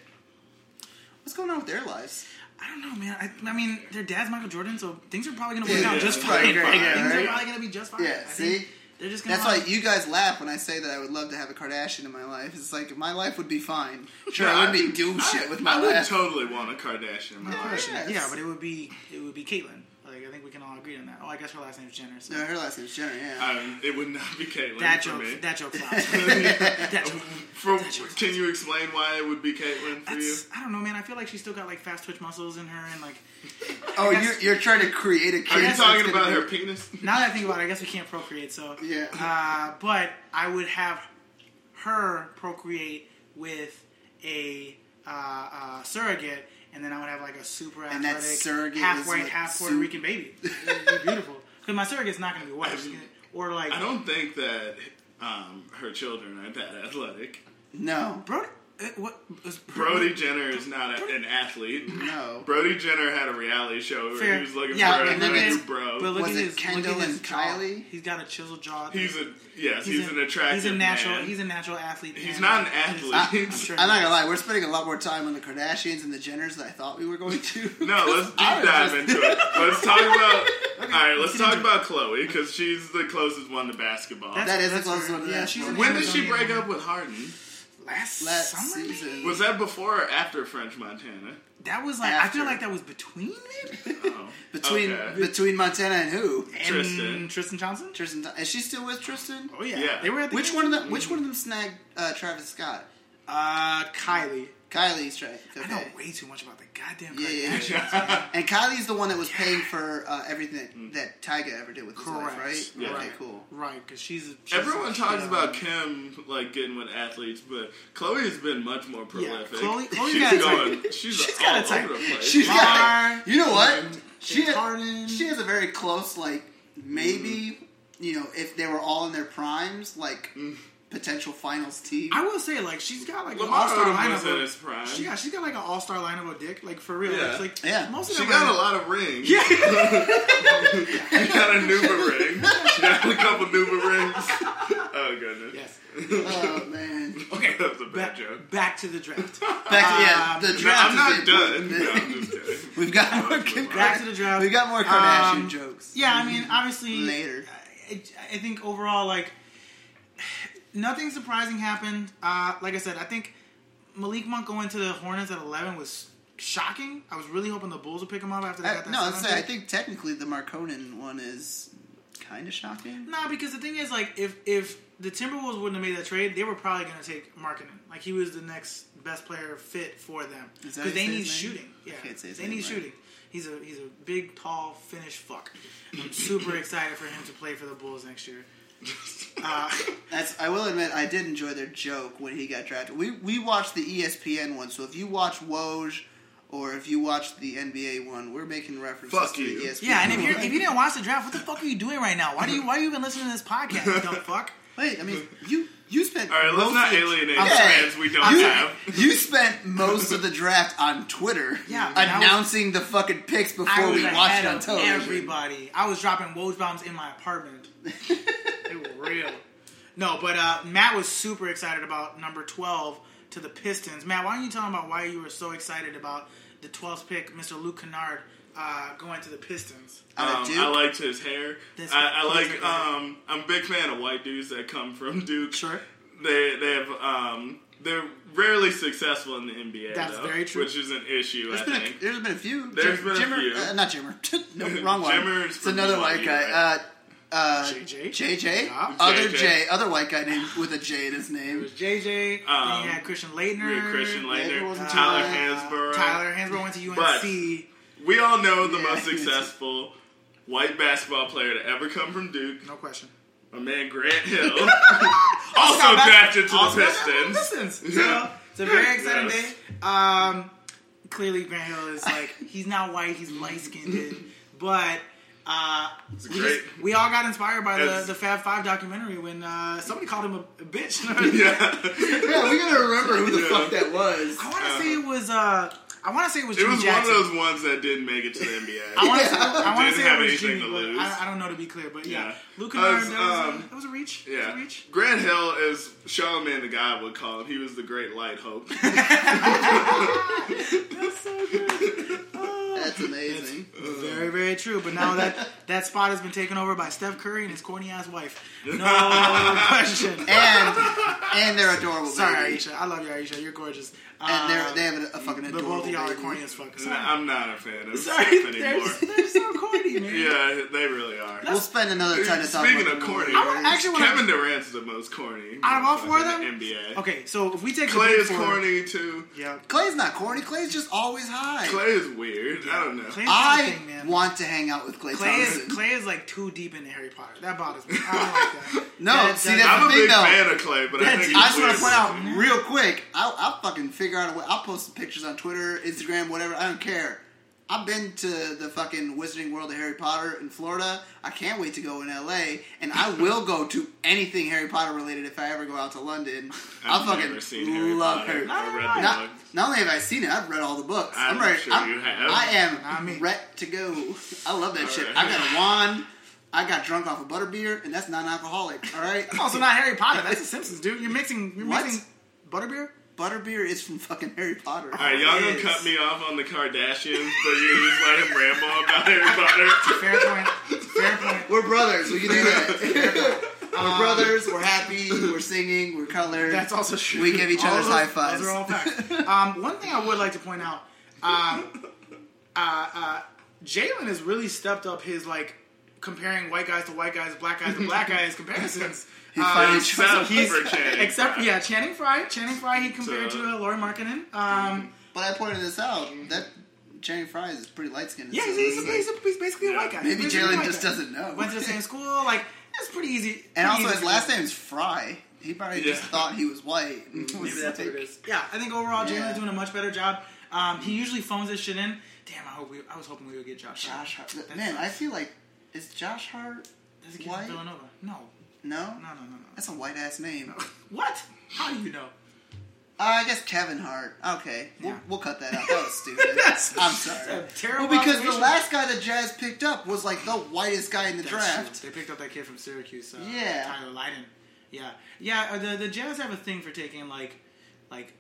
What's going on with their lives? I don't know, man. I, I mean, their dad's Michael Jordan, so things are probably gonna work out yeah, just right, fine. right, Like, yeah, things right. are probably gonna be just fine. Yeah, I see? think they're just gonna. That's like, why you guys laugh when I say that I would love to have a Kardashian in my life. It's like my life would be fine. Sure, I wouldn't be doing shit with my I would life. totally want a Kardashian in my Yeah. life. Oh, Yes. yeah, but it would be it would be Caitlyn. Like I think we can all agree on that. Oh, I guess her last name's Jenner. So. no, her last name's Jenner. Yeah. Um, it would not be Caitlyn that for joke, me. that <laughs> joke flops. that joke. For, that joke's- can you explain why it would be Caitlyn for you? That's, I don't know, man. I feel like she's still got like fast twitch muscles in her, and like oh, guess- you're, you're trying to create a. Are kid you that's talking gonna about be- her penis? now that I think about it, I guess we can't procreate. So Yeah. Uh, but I would have her procreate with a uh, uh, surrogate, and then I would have like a super athletic, And that surrogate half is, white, like, half Puerto su- Rican baby. <laughs> It'd be beautiful. Because my surrogate's not going to be white, She's gonna- or like I don't think that um, her children are that athletic. No, Brody. uh, What is Brody Jenner is not a, an athlete. no. Brody Jenner had a reality show where Fair. he was looking Yeah, for a but look new at- bro. But look Was at it his, Kendall look at his and jaw. Kylie? He's got a chiseled jaw. he's a yes, he's, an attractive. He's a natural. Man. He's a natural athlete. He's man. not an He's- athlete. I, I'm sure I'm not gonna lie. We're spending a lot more time on the Kardashians and the Jenners than I thought we were going to. No, <laughs> let's deep I was dive just- into it. Let's talk about. all right, let's let's talk get into about Chloe because she's the closest one to basketball. That's- That is the that's closest fair. one to Yeah, that. she's an when did she Amazonian. break up with Harden? Last, Last summer, maybe? season. Was that before or after French Montana? That was like I After. feel like that was between maybe Oh, between okay. between Montana and who? and Tristan. Tristan Johnson. Tristan. Is she still with Tristan? Oh yeah, Yeah. they were at the Which game. one of them? Which one of them snagged uh, Travis Scott? Uh, Kylie. Kylie's right. I Okay. know way too much about the goddamn. Yeah, yeah, Kardashians, <laughs> man. And Kylie's the one that was paying for uh, Mm. everything that Tyga ever did with his Correct. life, right? Yeah. Okay, Right. cool. Right, because she's, she's Everyone talks yeah. about Kim like getting with athletes, but Chloe has been much more prolific. Chloe- Chloe's she's got a going. She's, She's all got a over type. the place. <laughs> She's Lamar, got. You know what? She James has, Harden. she has a very close, like maybe you know, if they were all in their primes, like Mm. potential finals team. I will say, like, she's got like an all Lamar star Odom was in lineup. his Of, prime. she She, got she's got like an all star lineup of dick, like for real. Yeah. It's like Yeah. most of them got are- a lot of rings. <laughs> Yeah. she got a Nuba ring. She got a couple Nuba rings. Oh goodness. Yes. oh man! <laughs> Okay, that was a bad Back, joke. <laughs> back to the draft. Back, yeah, the Um, draft. No, I'm is not it. done. No, I'm just kidding. We've got more Kim Back to Kardashian. the draft. We've got more Kardashian Um, jokes. Yeah, I mean, obviously, Later. I, I think overall, like, nothing surprising happened. Uh, like I said, I think Malik Monk going to the Hornets at 11 was shocking. I was really hoping the Bulls would pick him up after they I, got that. no, I'd seven say I pick. think technically the Marconin one is kind of shocking. Nah, because the thing is, like, if if the Timberwolves wouldn't have made that trade, they were probably going to take Markkinen. Like, he was the next best player fit for them because Is that how you they say need his name? shooting. I Yeah, can't say his they name need right. shooting. He's a he's a big, tall Finnish fuck. I'm <laughs> super excited for him to play for the Bulls next year. Uh, That's, I will admit, I did enjoy their joke when he got drafted. We we watched the E ESPN one, so if you watch Woj or if you watch the NBA one, we're making references Fuck to you. the E ESPN. yeah, <laughs> and if one. you if you didn't watch the draft, what the fuck are you doing right now? Why do you why are you even listening to this podcast? You <laughs> dumb fuck. wait, I mean, you you spent All right, let's most not of the- alienate I'm the sorry. fans we don't I'm sorry. have. You spent most of the draft on Twitter, Yeah, and I was- announcing the fucking picks before I was we watched ahead it on of television. everybody. I was dropping Woj bombs in my <laughs> apartment. they were real. No, but uh, Matt was super excited about number twelve to the Pistons. Matt, why don't you tell him about why you were so excited about the twelfth pick, Mr. Luke Kennard, uh, going to the Pistons? Out Um, of Uh, Duke. I liked his hair. This I, I one. like. Um, I'm a big fan of white dudes that come from Duke. Sure. They they have. Um, they're rarely successful in the NBA. That's though, very true. which is an issue. There's I <laughs> been, think. a, there's been a few. There's Jim- been a Jimmer, few. Uh, not Jimmer. <laughs> <laughs> no, wrong one. Jimmer's it's from another white BYU, guy. right? Uh, uh, JJ? JJ. Yeah. Other JJ. J. Other white guy named with a J in his It name. was JJ. then Um, you had Christian Leitner. We had Christian Laettner Leitner, wasn't Tyler too bad. Hansborough. Tyler Hansborough went to UNC. But- We all know the Yeah. most successful white basketball player to ever come from Duke. no question. My man Grant <laughs> Hill, <laughs> also drafted to the Also drafted to the Pistons. Pistons. <laughs> So it's a very exciting Yes. day. Um, clearly, Grant Hill is like he's not white; he's light skinned, but. Uh, It's we, great. just, we all got inspired by the, Yes. the Fab Five documentary when uh, somebody called him a, a bitch. <laughs> <laughs> Yeah. Yeah, we gotta remember who the Yeah. fuck that was. I want to say it was. Uh, I want to say it was. It Jimmy was Jackson. one of those ones that didn't make it to the NBA. I want to Yeah. say, I wanna Didn't say have it was anything Jimmy, to but lose. I, I don't know to be clear, but yeah, Yeah. Luke I was, Kennard, that, was um, a, that was a reach. That was a <laughs> Yeah. <laughs> reach. Grant Hill is Charlemagne the God would call him. He was the great <laughs> light hope. That's so good. <laughs> Oh. That's amazing. Very, very true. But now <laughs> that that spot has been taken over by Steph Curry and his corny ass wife. No <laughs> <laughs> question. and and they're adorable. Sorry, baby. Aisha. I love you, Aisha. You're gorgeous. And Um, they're, they have a, a fucking but adorable. both of y'all are baby. corny as fuck. No, Sorry, I'm not a fan <laughs> of Sorry, Steph they're, anymore. they're so corny, man. <laughs> Yeah, they really are. We'll spend another time to talk. Speaking about of the corny, I Warriors. want, actually want Kevin to. Durant's the most corny. Out of all four of motherfucker them? in the NBA. Okay, so if we take Clay the big is four- corny too. Yeah. Clay's not corny. Clay's just always high. Clay is weird. I don't know. Clay- I Thing, man. want to hang out with Clay, Clay is, Thompson. Clay is like too deep into Harry Potter. That bothers me. I don't like that. <laughs> No, That- see that- that's I'm a the thing, big though. fan of Clay, but I That's- think he's I just want weird. to point out real quick. I'll, I'll fucking figure out a way. I'll post some pictures on Twitter, Instagram, whatever. I don't care. I've been to the fucking Wizarding World of Harry Potter in Florida. I can't wait to go in LA, and <laughs> I will go to anything Harry Potter related if I ever go out to London. I I've fucking never seen Harry love Potter. Harry. I read the Not, books. not only have I seen it, I've read all the books. I'm ready. sure you have. I Not am me. ready to go. I love that shit. right. I've got a wand. I got drunk off a butterbeer, and that's non-alcoholic. All right. That's also not Harry Potter. That's the Simpsons, dude. You're mixing. You're What? mixing butterbeer. Butterbeer is from fucking Harry Potter. All right, y'all gonna Yes. cut me off on the Kardashians, but you just let him ramble about Harry Potter. Fair point. Fair <laughs> point. We're brothers. We can <laughs> do that. we're brothers. We're happy. We're singing. We're colored. <laughs> That's also true. We give each All other's those- high fives. Those are all facts. Um, one thing I would like to point out, uh, uh, uh, Jalen has really stepped up his like comparing white guys to white guys, black guys to <laughs> black guys comparisons. finally Um, chose- Except he's- for <laughs> Channing except Frye. yeah, Channing Frye. Channing Frye he compared So- to uh, Laurie Markkinen. Um, but I pointed this out. That Jerry Fry is pretty light skinned. yeah, he's, he's, he's, he's basically a Yeah. white guy. maybe He's basically a Jalen white just guy. doesn't know. went to the <laughs> same school. Like it's pretty easy. pretty and also, easy his to last do. name is Fry. He probably just Yeah. thought he was white. <laughs> and <laughs> was Maybe that's what it like- is. Yeah, I think overall Yeah. Jalen's doing a much better job. Um, he usually phones this shit in. Damn, I hope we, I was hoping we would get Josh. Hart. Josh Hart. Man, I feel like is Josh Hart Does he get white? No, Villanova? No, no, no, no, no, no. that's a white ass name. What? How do you know? Uh, I guess Kevin Hart. Okay, we'll, Yeah. we'll cut that out. That was <laughs> stupid. That's- I'm sorry. that's a terrible Well, because the observation. last guy the Jazz picked up was like the whitest guy in the That's draft. true. They picked up that kid from Syracuse. Uh, Yeah. Tyler Lydon. Yeah, yeah. uh, The the Jazz have a thing for taking like like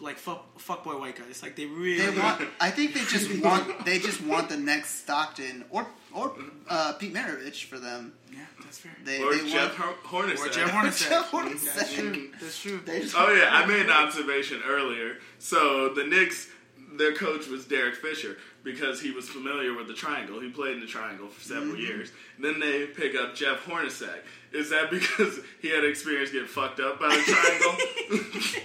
like fuck fuckboy white guy. It's like they really They want. I think <laughs> they just want. They just want the next Stockton or or uh, Pete Maravich for them. yeah, that's fair. They, Or they Jeff want. Hor- Hornacek. or Jeff <laughs> Hornacek. Jeff Hornacek. That's true. That's true. <laughs> They just Oh yeah, I made an observation earlier. So the Knicks, their coach was Derek Fisher because he was familiar with the triangle. He played in the triangle for several Mm-hmm. years. Then they pick up Jeff Hornacek. Is that because he had experience getting fucked up by the <laughs> triangle? <laughs>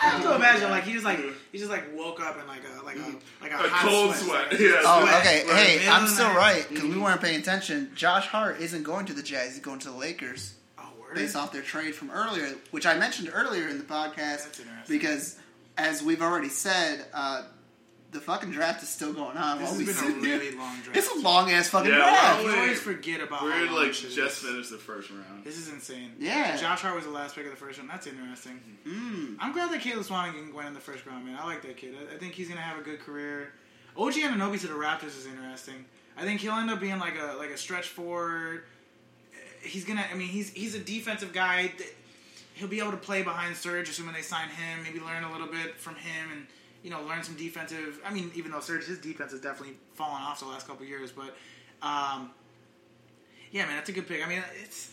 I have to imagine like he just like he just like woke up in like a like a like a, A hot cold sweat. <laughs> sweat, <laughs> yeah. Mm-hmm. Oh, Sweat. okay. Right. Hey, Middle I'm of the still night. right because we weren't paying attention. Josh Hart isn't going to the Jazz; he's going to the Lakers Oh, word. based off their trade from earlier, which I mentioned earlier in the That's podcast. interesting. Because, as we've already said, uh, the fucking draft is still going on. This has while we been a sit here. really long draft. <laughs> It's a long ass fucking Yeah, draft. wow. You Wait. always forget about. how We're long like shit is. just finished the first round. This is insane. Yeah. Josh Hart was the last pick of the first round. That's interesting. I'm glad that Caleb Swanigan went in the first round, man. I like that kid. I, I think he's gonna have a good career. OG Ananobi to the Raptors is interesting. I think he'll end up being like a like a stretch forward. Uh, He's gonna. I mean, he's he's a defensive guy. Th- He'll be able to play behind Serge, assuming they sign him. Maybe learn a little bit from him, and you know, learn some defensive. I mean, even though Serge, his defense has definitely fallen off the last couple years, but um, yeah, man, that's a good pick. I mean, it's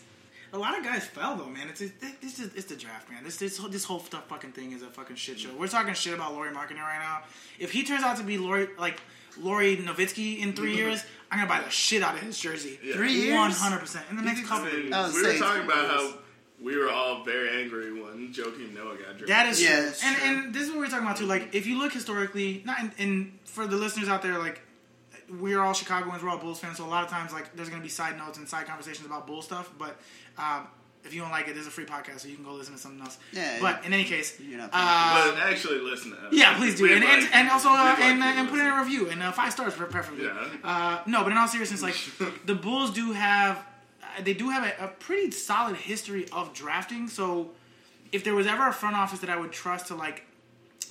a lot of guys fell though, man. It's it, this is it's the draft, man. This this whole, this whole stuff fucking thing is a fucking shit show. We're talking shit about Laurie Marketing right now. If he turns out to be Laurie like Laurie Nowitzki in three years, I'm gonna buy the shit out of his jersey. Yeah. Mm-hmm. Three years? one hundred percent in the next couple. And years. I was we were saying, talking about it's- how we were all very angry when Joakim Noah got drafted. That is Yeah, true. that's and true. and this is what we're talking about too. Like if you look historically, not in, in for the listeners out there, like we're all Chicagoans, we're all Bulls fans, so a lot of times like there's gonna be side notes and side conversations about Bull stuff. But um, if you don't like it, there's a free podcast, so you can go listen to something else. Yeah, But in any case, you're not- uh, but actually, listen to us. yeah, please do, We'd and, and, like- and also we'd uh, like and, uh, you to and put in listen. a review and uh, five stars pre- preferably. Yeah. Uh, no, but in all seriousness, <laughs> like the Bulls do have, uh, they do have a, a pretty solid history of drafting. So if there was ever a front office that I would trust to like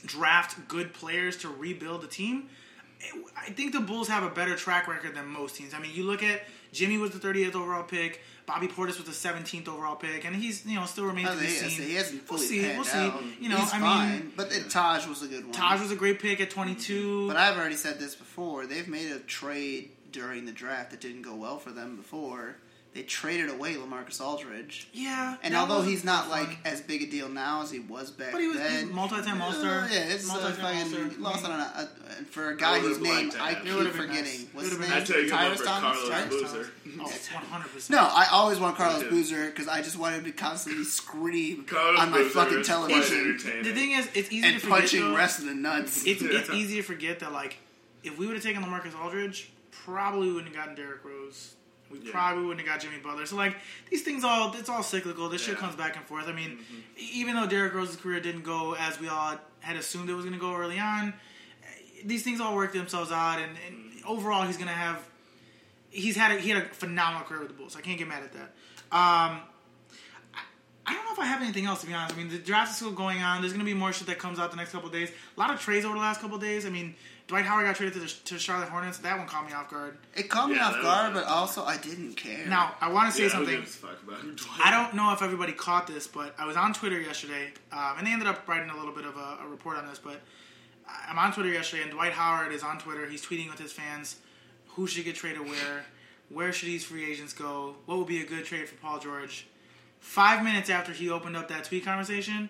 draft good players to rebuild the team, it- I think the Bulls have a better track record than most teams. I mean, you look at Jimmy was the 30th overall pick, Bobby Portis was the 17th overall pick, and he's you know still remains I to was be like, Oh, yeah, seen. so he hasn't fully we'll see. panned We'll see. out. You know, He's I fine. mean, but then Taj was a good one. Taj was a great pick at 22. But I've already said this before. They've made a trade during the draft that didn't go well for them before. They traded away Lamarcus Aldridge. yeah, And that although was he's not fun. like as big a deal now as he was back But he was- then, he's multi-time uh, All-Star. Yeah, it's multi Multi-time fucking All-Star. lost on a, a, and for a guy would've whose name liked to I have keep him. It would've been forgetting. nice. What's It would've his name? been I take him over Tyrus Thomas. Carlos Tyrus Thomas. Boozer. <laughs> Oh, 100%. No, I always want Carlos too. Boozer because I just want him to constantly scream Carlos on my Boozer fucking is quite television entertaining. The thing is, it's easy and to forget. punching though, rest in the nuts. It's, Yeah. it's easy to forget that, like, if we would have taken Lamarcus Aldridge, probably wouldn't have gotten Derrick Rose. We Yeah. probably wouldn't have got Jimmy Butler. So, like, these things all, it's all cyclical. This shit Yeah. comes back and forth. I mean, Mm-hmm. e- even though Derrick Rose's career didn't go as we all had assumed it was going to go early on, these things all work themselves out, and, and overall, he's gonna have. He's had a, he had a phenomenal career with the Bulls. I can't get mad at that. Um, I, I don't know if I have anything else to be honest. I mean, the draft is still going on. There's gonna be more shit that comes out the next couple of days. A lot of trades over the last couple of days. I mean, Dwight Howard got traded to the to Charlotte Hornets. That one caught me off guard. It caught me Yeah, off that guard, was- but also I didn't care. Now I want to say Yeah, who something. gives a fuck about Dwight? I don't know if everybody caught this, but I was on Twitter yesterday, um, and they ended up writing a little bit of a, a report on this. But I- I'm on Twitter yesterday, and Dwight Howard is on Twitter. He's tweeting with his fans who should get traded where, where should these free agents go, what would be a good trade for Paul George. Five minutes after he opened up that tweet conversation,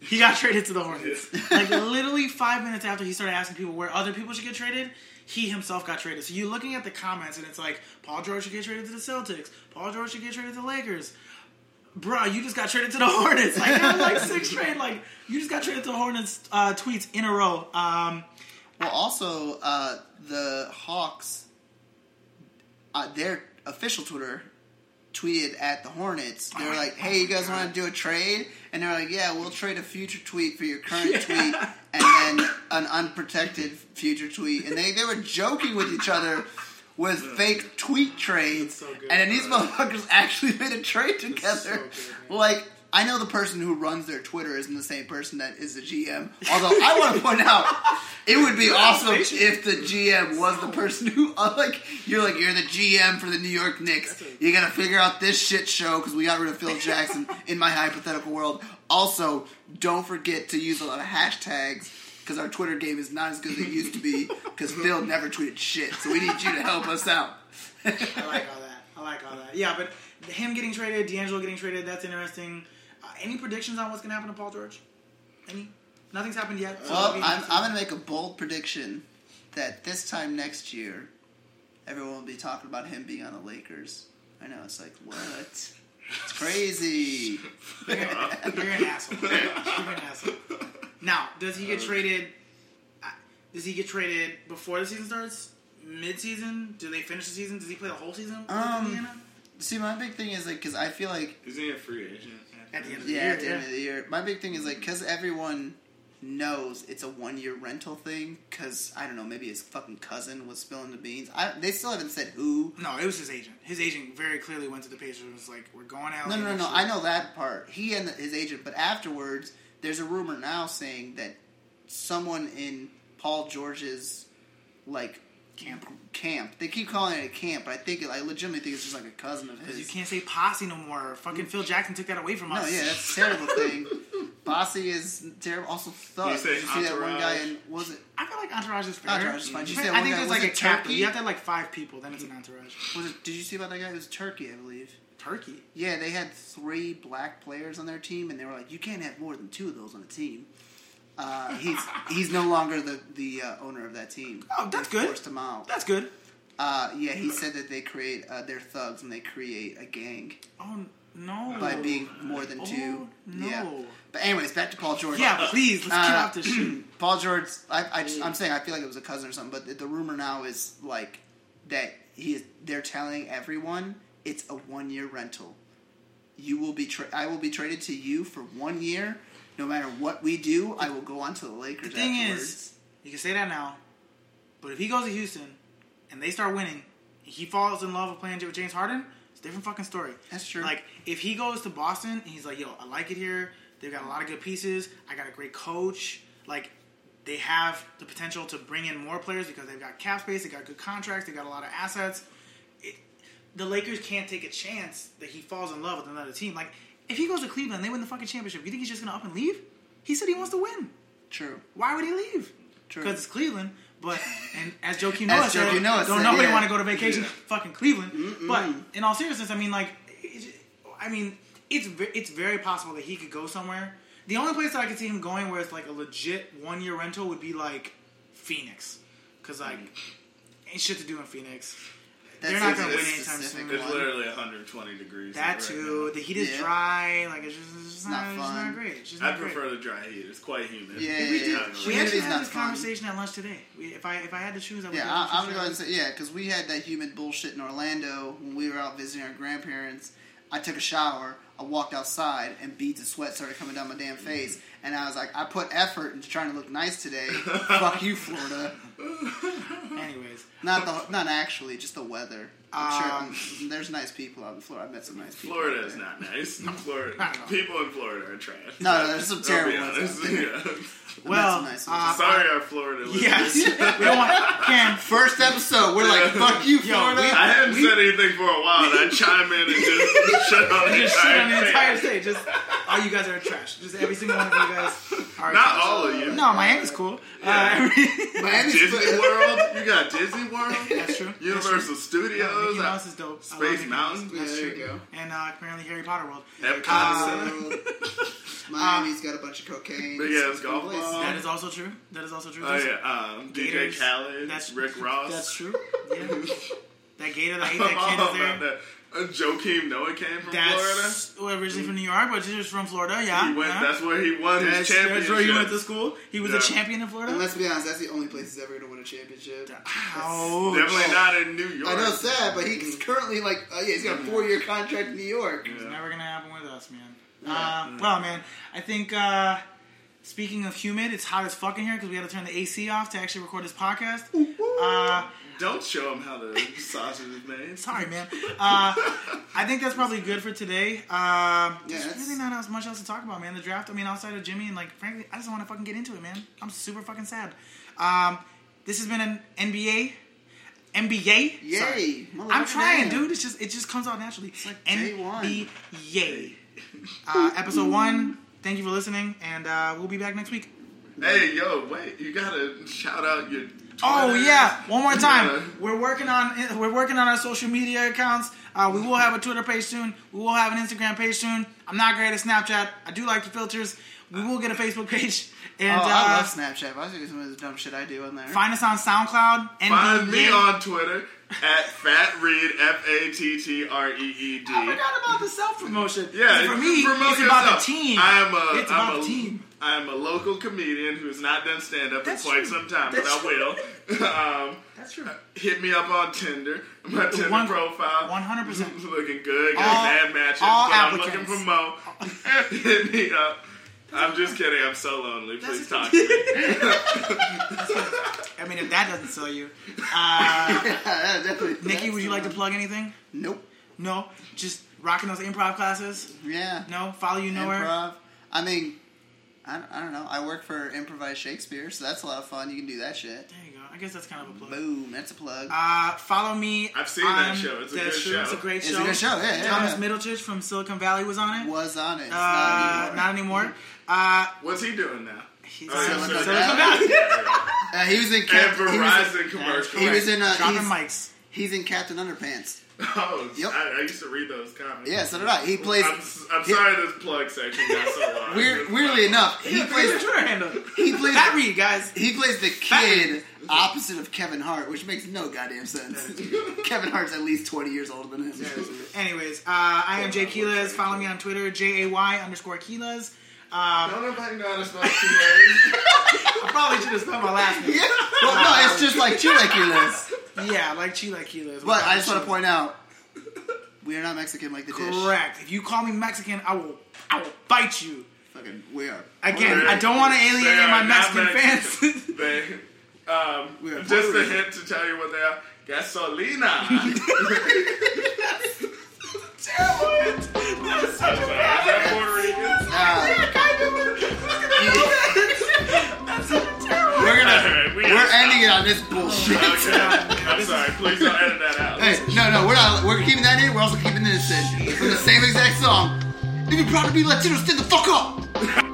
he got <laughs> traded to the Hornets. Like literally five minutes after he started asking people where other people should get traded, he himself got traded. So you're looking at the comments and it's like Paul George should get traded to the Celtics. Paul George should get traded to the Lakers. Bro, you just got traded to the <laughs> Hornets. Like that was like six trade. Like you just got traded to the Hornets uh, tweets in a row. Um, Well, also uh, the Hawks, uh, their official Twitter tweeted at the Hornets. They were like, "Hey, you guys want to do a trade?" And they're like, "Yeah, we'll trade a future tweet for your current tweet, and then an unprotected future tweet." And they they were joking with each other. With fake tweet trades, so good. and then these motherfuckers actually made a trade together. good, man. like, I know the person who runs their Twitter isn't the same person that is the GM. Although I want to point out It would be awesome if the GM was the person who, <laughs> like, you're like, you're the GM for the New York Knicks. You gotta figure out this shit show because we got rid of Phil Jackson in my hypothetical world. Also, don't forget to use a lot of hashtags because our Twitter game is not as good as it used to be because Phil never tweeted shit. So we need you to help us out. I like all that. I like all that. Yeah, but him getting traded, D'Angelo getting traded, that's interesting. Uh, any predictions on what's going to happen to Paul George? Any? Nothing's happened yet. so Well, that'll be Oh, I'm, interesting. I'm going to make a bold prediction that this time next year, everyone will be talking about him being on the Lakers. I know, it's like, what? It's crazy. <laughs> <laughs> You're an asshole. You're an asshole. Now, does he Uh, get traded? I- Does he get traded before the season starts? Mid-season? Do they finish the season? Does he play the whole season with Um, Indiana? See, my big thing is like, because I feel like, Isn't he a free agent? At the end of the yeah, year, at the end of the year, my big thing is like, because everyone knows it's a one year rental thing, because, I don't know, maybe his fucking cousin was spilling the beans. I, they still haven't said who. No, it was his agent. His agent very clearly went to the Pacers and was like, "We're going out." No, no, no, no. I know that part. He and his agent, but afterwards, there's a rumor now saying that someone in Paul George's like Camp. camp. They keep calling it a camp, but I think it, I legitimately think it's just like a cousin of his. You can't say posse no more. Fucking Phil Jackson took that away from No, us. yeah, that's <laughs> a terrible thing. Bossy is terrible. Also, thug. You You, say see that one Entourage. guy in what was it I feel like entourage is fair. Entourage is fine. Did you say I one think guy- there's was like a it captain. Turkey? You have to have like five people, then it's an entourage. was it? Did you see about that guy? It was Turkey, I believe. Turkey. Yeah, they had three black players on their team, and they were like, "You can't have more than two of those on a team." Uh, he's <laughs> he's no longer the the uh, owner of that team. Oh, that's They good. Forced him out. That's good. Uh, yeah, he said that they create uh, they're thugs and they create a gang Oh no. by being more than Oh, two. no. Yeah. But anyways, back to Paul George. Yeah, but please let's get Uh, off this <clears throat> shit. Paul George. I, I just, I'm saying I feel like it was a cousin or something, but the, the rumor now is like that he is. They're telling everyone it's a one year rental. You will be. Tra- I will be traded to you for one year. No matter what we do, I will go on to the Lakers. The thing afterwards. is, you can say that now, but if he goes to Houston and they start winning, and he falls in love with playing with James Harden. It's a different fucking story. That's true. Like if he goes to Boston and he's like, "Yo, I like it here. They've got a lot of good pieces. I got a great coach. Like they have the potential to bring in more players because they've got cap space. They got good contracts. They got a lot of assets." It, the Lakers can't take a chance that he falls in love with another team. Like if he goes to Cleveland, and they win the fucking championship. You think he's just gonna up and leave? He said he wants to win. true. Why would he leave? True. Because it's Cleveland. <laughs> But and as Joakim As Noah said, Joakim don't Noah said, nobody yeah. want to go to vacation. Fucking Cleveland. But in all seriousness, I mean, like, it- I mean, it's ve- it's very possible that he could go somewhere. The only place that I could see him going where it's like a legit one year rental would be like Phoenix, because like ain't shit to do in Phoenix. That's They're not a gonna win very anytime soon. specific one. It's literally 120 degrees. That right too. The heat is Yeah. dry. Like it's just, it's just not not, it's fun. not great. It's just now. I not great. prefer the dry heat. It's quite humid. Yeah, We did. We actually Humidity is had not this fun. conversation at lunch today. We, if I if I had to choose, I would. Yeah, definitely I, I'm choose gonna go ahead and that. say yeah because we had that humid bullshit in Orlando when we were out visiting our grandparents. I took a shower, I walked outside, and beads of sweat started coming down my damn face, and I was like, I put effort into trying to look nice today. Fuck you, Florida. Anyways, Not the, not actually, just the weather. I'm Um, sure i <laughs> there's nice people out in Florida. I've met some nice people. out Florida is there. not nice. <laughs> Florida, I don't know. people in Florida are trash. No, no, there's some I'll be terrible ones out honest. there. <laughs> Yeah. well, nice of uh, Sorry, our Florida. Listeners. yes, <laughs> we don't want Cam. First episode, we're like, fuck you, Yo, Florida. we- I hadn't We- said anything for a while. and I chime in and <laughs> just shut on the Just shit on the thing. entire state. Just all you guys are trash. Just every single one of you guys are Not trash. all of you. No, Miami's cool. Uh, <laughs> Miami's <laughs> Disney World. You got Disney World. <laughs> that's <laughs> true. Universal Studios. Mickey Mouse is dope. I love Space Mickey Mouse. Mountain. Yeah, there you go. And uh, apparently Harry Potter World. Epcot Center. Um, <laughs> Miami's got a bunch of cocaine. Big ass golf Places. ball. That is also true. That is also true. Oh yeah, um, DJ Gators. Khaled, That's- Rick Ross. That's true. <laughs> Yeah. That gator that ate I'm all <laughs> that kid is there. about that. Uh, Joakim Noah came from Florida. That's well, originally from New York, but he was from Florida. Yeah, He went. yeah. That's where he won That's- his championship. that's where he went to school. He was Yeah. a champion in Florida. And let's be honest, that's the only place he's ever going to win a championship. Ouch. Definitely not in New York. Mm. I know it's sad, but he's currently like, uh, yeah, he's got a four year contract in New York. It's Yeah. never gonna happen with us, man. Uh, well, man, I think uh, Speaking of humid, it's hot as fuck in here because we had to turn the AC off to actually record this podcast. Um, Uh, Don't show him how the sausage is <laughs> made. sorry, man. Uh, I think that's probably good for today. Um, there's that's- really not else- much else to talk about, man. The draft. I mean, outside of Jimmy and like, frankly, I just don't want to fucking get into it, man. I'm super fucking sad. Um, this has been an NBA, NBA. Sorry. Yay! I'm motherfucker, trying, damn. dude. It's just it just comes out naturally. like day one. NBA. Uh, episode one. Thank you for listening, and uh, we'll be back next week. Hey, yo, wait! You gotta shout out your. Oh Twitters. yeah, one more You time. gotta- We're working on we're working on our social media accounts. Uh, we will have a Twitter page soon. We will have an Instagram page soon. I'm not great at Snapchat. I do like the filters. We will get a Facebook page Oh, and I uh, love Snapchat. I was doing some of the dumb shit I do on there. find us on SoundCloud. Find me NBA. on Twitter at Fat Reed F A T T R E E D. I forgot about the self promotion. Yeah, for me, promote it's about yourself. the team. I am a, It's I'm about a, the team. I am a local comedian who has not done stand up in That's quite true. some time, That's but I will. um, That's true. hit me up on Tinder. My Tinder One- profile. 100%. Is <laughs> looking good. Got All- bad matches. all but I'm looking applicants. for Mo. <laughs> hit me up. I'm just kidding. I'm so lonely. Please That's- talk to me. I mean, if that doesn't sell you, <laughs> Yeah, definitely. Nikki, would you like to <laughs> That's plug anything? the one. Nope. No, just rocking those improv classes. Yeah. No, follow you nowhere. Improv. I mean, I, don't- I don't know. I work for Improvised Shakespeare, so that's a lot of fun. You can do that shit. There you go. I guess that's kind of a plug. Boom. That's a plug. Uh, follow me. I've seen that show. It's a that's good true. show. It's a great it's show. a good show. Yeah, yeah, Thomas yeah. Middlechich from Silicon Valley was on it. was on it. It's Uh, not anymore. Uh, What's he doing now? he's Oh, yeah, on Silicon Silicon <laughs> Valley. Valley. Uh, he was in And Cap- he was in- Verizon commercial. He was in. Uh, Dropping he's, mics. he's in Captain Underpants. <laughs> Oh, Yep. I, I used to read those comics. Yeah, so did I. He plays. I'm, s- I'm sorry this plug section got so <laughs> long. Weird, weirdly enough, he Yeah, plays. Twitter handle. He plays. Pat Reed, guys. He plays the kid opposite of Kevin Hart, which makes no goddamn sense. <laughs> Kevin Hart's at least twenty years older than him. Anyways, uh, I am Jay Keelas. Follow me on Twitter, J A Y underscore Keelas. Don't nobody know how to spell Keelas. I probably should have spelled my last name. Yeah. <laughs> Well, no, it's just like two like you list. Yeah, like Chila Keelas. But I just want to point out, we are not Mexican like the dish. Correct. If you call me Mexican, I will. I will bite you. Fucking, we are. Again, Correct. I don't want to They alienate are my not Mexican Mexican. fans. <laughs> <laughs> They, um, We are just a Puerto hint to tell you what they <laughs> are. Gasolina. Damn it! That's such a Is bad. that Puerto Rican? Uh, <laughs> That's a terrible. we're gonna. All right, we gotta We're stop. ending it on this bullshit. Okay. I'm sorry. Please don't edit that out. Hey, no, no, we're not. We're keeping that in. We're also keeping this in from the same exact song. You'd be proud to be Latinos. Stand the fuck up.